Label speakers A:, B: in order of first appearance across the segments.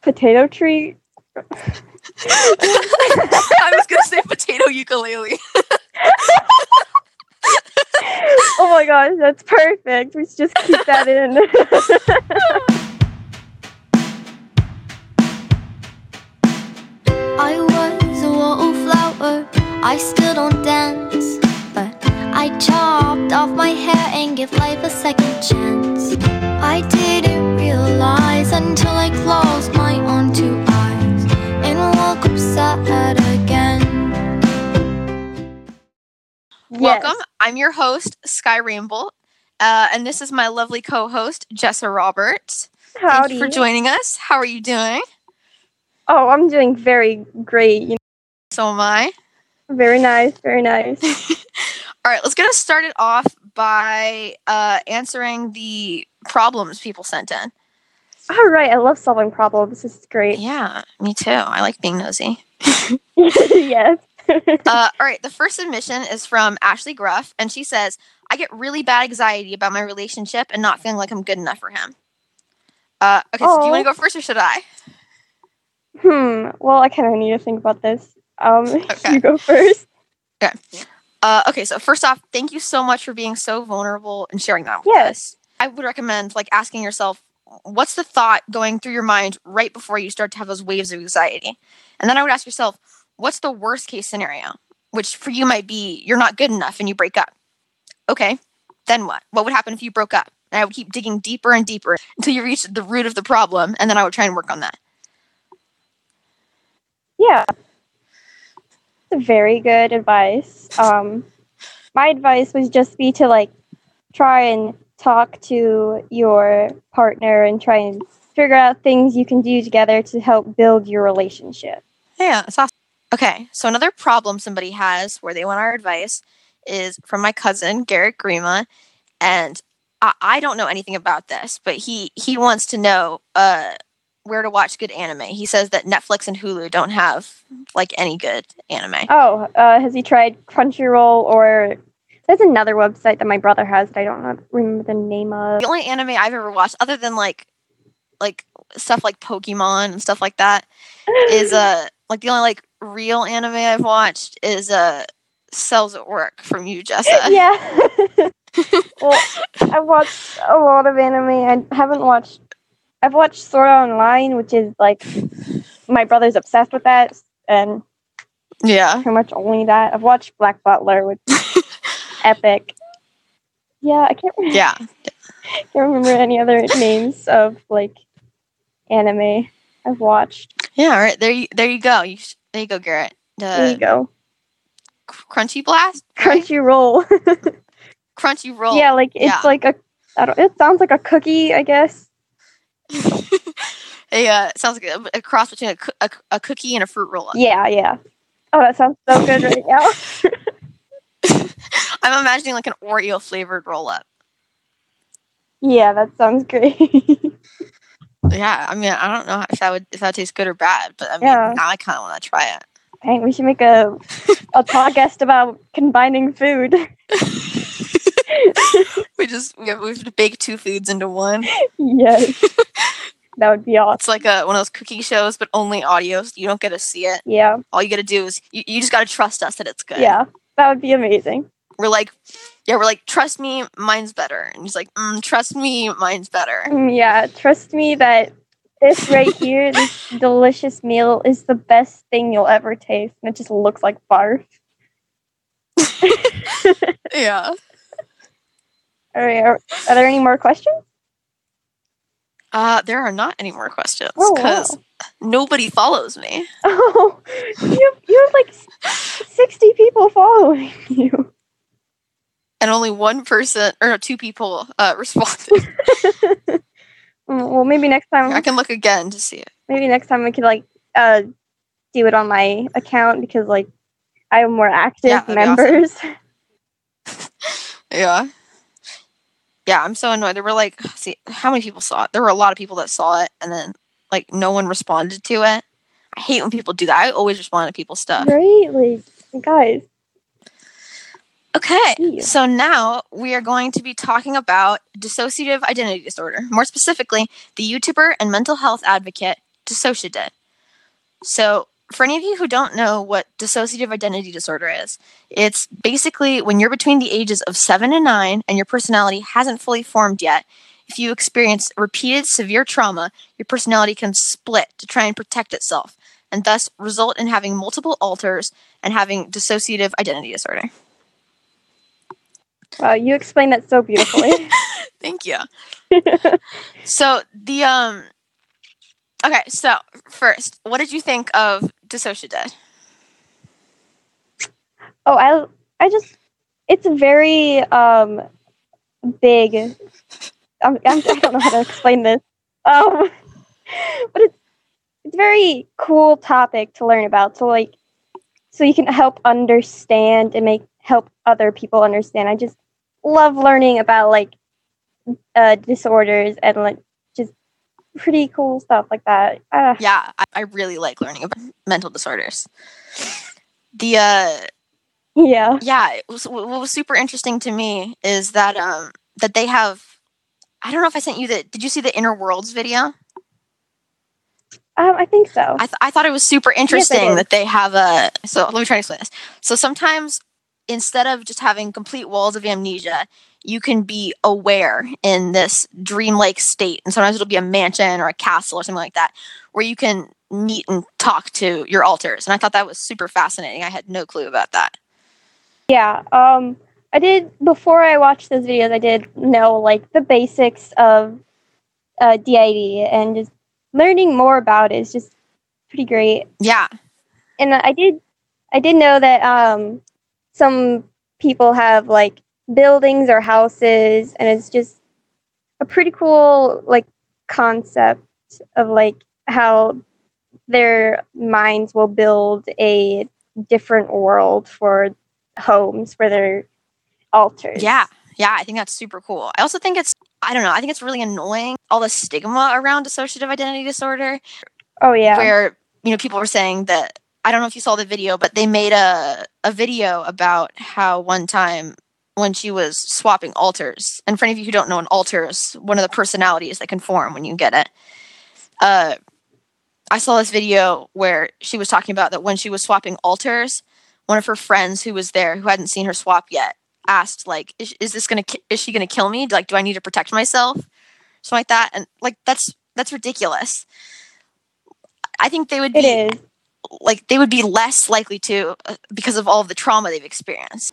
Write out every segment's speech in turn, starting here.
A: potato tree.
B: I was gonna say potato ukulele.
A: Oh my gosh, that's perfect. We should just keep that in.
C: I was a wallflower. I still don't dance, but I chopped off my hair and gave life a second chance. I didn't realize until I closed my own two eyes and woke up sad again.
B: Welcome. I'm your host, Sky Ramble. Uh, and this is my lovely co host, Jessa Roberts.
A: Yes. Howdy.
B: Thank you for joining us. How are you doing?
A: oh, I'm doing very great. You
B: So am I.
A: know, very nice, very nice.
B: All right, let's get us started off by uh, answering the problems people sent in.
A: All right, I love solving problems. This is great.
B: Yeah, me too. I like being nosy.
A: yes.
B: uh, all right, the first submission is from Ashley Gruff, and she says, I get really bad anxiety about my relationship and not feeling like I'm good enough for him. Uh, okay, so do you want
A: Aw.
B: to go first or should I?
A: Hmm. Well, I kind of need to think about this. Um,
B: Okay.
A: you go first.
B: Uh, okay, so first off, thank you so much for being so vulnerable and sharing that with
A: Yes.
B: us. I would recommend like asking yourself, what's the thought going through your mind right before you start to have those waves of anxiety? And then I would ask yourself, what's the worst case scenario? Which for you might be you're not good enough and you break up. Okay, then what? What would happen if you broke up? And I would keep digging deeper and deeper until you reach the root of the problem, and then I would try and work on that.
A: Yeah. That's very good advice. Um, my advice would just be to like try and talk to your partner and try and figure out things you can do together to help build your relationship.
B: Yeah, it's awesome. Okay, so another problem somebody has where they want our advice is from my cousin Garrett Grima, and I, I don't know anything about this, but he he wants to know uh, where to watch good anime. He says that Netflix and Hulu don't have like any good anime.
A: Oh, uh, has he tried Crunchyroll or there's another website that my brother has that I don't know- remember the name of.
B: The only anime I've ever watched, other than like like stuff like Pokemon and stuff like that, is uh like the only like real anime I've watched is uh Cells at Work from you, Jessa.
A: yeah. well, I watched a lot of anime. I haven't watched. I've watched Sword Art Online, which is like my brother's obsessed with that, and
B: yeah.
A: pretty much only that. I've watched Black Butler, which is epic. Yeah, I can't, re-
B: Yeah.
A: can't remember any other names of like anime I've watched.
B: Yeah. All right. There you. There you go. You sh- there you go, Garrett.
A: There
B: The
A: you go,
B: Crunchy Blast. right?
A: Crunchyroll.
B: Crunchy Roll.
A: yeah, like it's
B: yeah.
A: like a. I don't. It sounds like a cookie, I guess.
B: A, uh, sounds like a, a cross between a, coo- a, a cookie and a fruit roll.
A: Yeah, yeah. Oh, that sounds so good right now.
B: I'm imagining like an Oreo flavored roll up.
A: Yeah, that sounds great.
B: Yeah. I mean, I don't know if that would if that tastes good or bad, but I mean,
A: Yeah.
B: now I kind of want to try it.
A: Dang, we should make a a podcast about combining food.
B: We just we have, we have to bake two foods into one.
A: yes, that would be awesome.
B: It's like a one of those cooking shows, but only audio. So you don't get to see it.
A: Yeah,
B: All you got to do is you, you just got to trust us that it's good.
A: yeah, that would be amazing.
B: we're like, yeah, we're like, trust me, mine's better. And he's like, mm, trust me, mine's better.
A: Mm, yeah, trust me that this right here, this delicious meal, is the best thing you'll ever taste, and it just looks like barf.
B: Yeah.
A: All right, are, are there any more questions?
B: Uh, there are not any more questions
A: Oh,
B: because nobody follows me.
A: Oh, you have, you have like s- sixty people following you.
B: And only one person or no, two people uh, responded.
A: Mm, Well, maybe next time
B: I can look again to see it.
A: maybe next time we could like uh do it on my account because like I have more active
B: Yeah, that'd be awesome.
A: members.
B: Yeah. Yeah, I'm so annoyed. There were like, see, how many people saw it? There were a lot of people that saw it, and then like no one responded to it. I hate when people do that. I always respond to people's stuff.
A: Great, like guys.
B: Okay.
A: Yeah.
B: So now we are going to be talking about dissociative identity disorder, more specifically, the YouTuber and mental health advocate Dissosha did. So, for any of you who don't know what dissociative identity disorder is, it's basically when you're between the ages of seven and nine and your personality hasn't fully formed yet. If you experience repeated severe trauma, your personality can split to try and protect itself, and thus result in having multiple alters and having dissociative identity disorder.
A: Wow, you explained that so beautifully.
B: Thank you. so the um Okay, so first, what did you think of Dissociated?
A: oh, I I just it's a very um big. I'm, I'm, I don't know how to explain this. Um, but it's it's a very cool topic to learn about. So like, so you can help understand and make help other people understand. I just love learning about like uh, disorders and like just pretty cool stuff like that. Uh,
B: Yeah, I, I really like learning about mental disorders. The uh
A: yeah.
B: yeah, it was, what was super interesting to me is that um that they have I don't know if I sent you the did you see the Inner Worlds video?
A: Um, I think so.
B: I, th- I thought it was super interesting
A: did.
B: that they have a. So let me try to explain this. So sometimes instead of just having complete walls of amnesia, you can be aware in this dreamlike state. And sometimes it'll be a mansion or a castle or something like that where you can meet and talk to your alters. And I thought that was super fascinating. I had no clue about that.
A: Yeah. Um, I did before I watched those videos. I did know like the basics of uh, DID, and just learning more about it is just pretty great.
B: Yeah.
A: And I did, I did know that um, some people have like buildings or houses, and it's just a pretty cool like concept of like how their minds will build a different world for homes for their altars.
B: Yeah. Yeah. I think that's super cool. I also think it's, I don't know, I think it's really annoying all the stigma around dissociative identity disorder.
A: Oh yeah.
B: where you know people were saying that I don't know if you saw the video, but they made a a video about how one time when she was swapping alters, and for any of you who don't know, an alter is one of the personalities that can form when you get it. Uh, I saw this video where she was talking about that when she was swapping alters, one of her friends who was there who hadn't seen her swap yet asked like, "Is, is this gonna ki- is she gonna kill me? Like, do I need to protect myself?" Something like that, and like that's that's ridiculous. I think they would be
A: it is.
B: like they would be less likely to uh, because of all of the trauma they've experienced.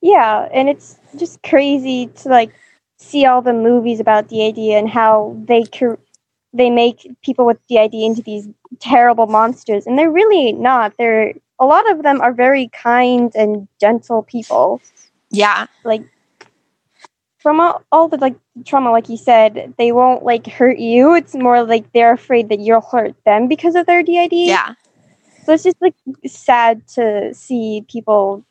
A: Yeah, and it's just crazy to like see all the movies about DID and how they cur- they make people with DID into these terrible monsters, and they're really not. They're a lot of them are very kind and gentle people.
B: Yeah,
A: From all, all the like trauma, like you said, they won't like hurt you. It's more like they're afraid that you'll hurt them because of their DID.
B: yeah,
A: So it's just like sad to see people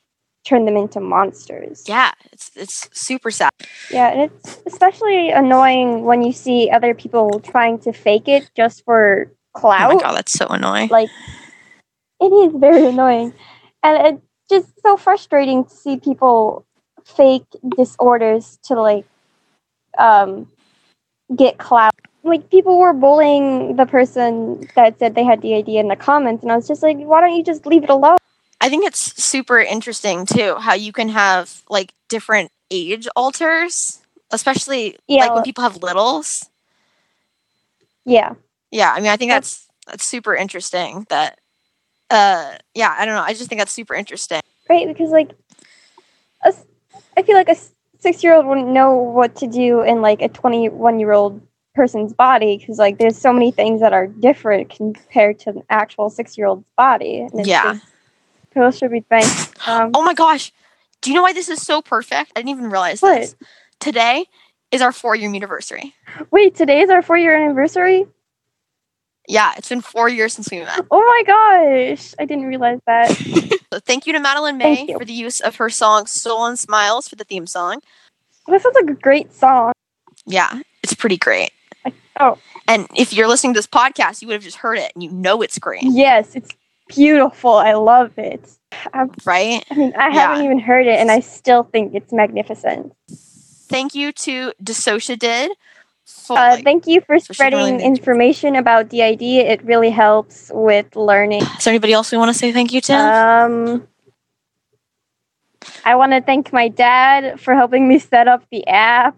A: turn them into monsters.
B: yeah. It's it's super sad.
A: Yeah, and it's especially annoying when you see other people trying to fake it just for
B: Oh
A: clout.
B: my god, that's so annoying.
A: like, it is very annoying. And it's just so frustrating to see people fake disorders to, like, um, get clout. Like, people were bullying the person that said they had DAD in the comments, and I was just like, why don't you just leave it alone?
B: I think it's super interesting too how you can have like different age alters, especially
A: Yeah.
B: like when people have littles.
A: Yeah.
B: Yeah, I mean, I think
A: That's-
B: that's that's super interesting. That, uh, yeah, I don't know. I just think that's super interesting.
A: right? Because like, a s I feel like a six-year-old wouldn't know what to do in like a twenty-one-year-old person's body because like there's so many things that are different compared to an actual six-year-old's body. And it's
B: Yeah.
A: just- People should be thanked. Um,
B: Oh my gosh, do you know why this is so perfect? I didn't even realize
A: What?
B: this. Today is our four year anniversary.
A: Wait, today is our four-year anniversary.
B: Yeah, it's been four years since we met.
A: Oh my gosh, I didn't realize that.
B: So thank you to Madeline
A: Thank
B: May
A: you.
B: for the use of her song Stolen Smiles for the theme song.
A: That sounds like a great song.
B: Yeah, it's pretty great.
A: oh.
B: And if you're listening to this podcast, you would have just heard it and you know it's great,
A: Yes, it's beautiful. I love it.
B: right?
A: I mean, I
B: Yeah.
A: haven't even heard it, and I still think it's magnificent.
B: Thank you to Dissociated
A: Uh,
B: fully.
A: thank you for
B: So she's really
A: spreading
B: neat.
A: information about DID. It really helps with learning.
B: Is there anybody else we want to say thank you to?
A: Um, I want to thank my dad for helping me set up the app.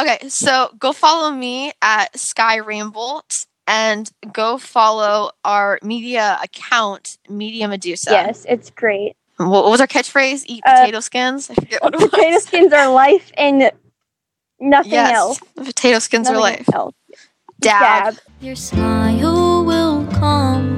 B: Okay, so go follow me at Sky Rambolt and go follow our media account, Media Medusa.
A: Yes, it's great.
B: Wha- What was our catchphrase? Eat
A: Uh,
B: potato skins? I forget what it was.
A: Potato skins are life and nothing
B: yes.
A: else.
B: Potato skins are
A: Nothing
B: life.
A: else.
B: Dab.
A: Dab.
C: Your smile will calm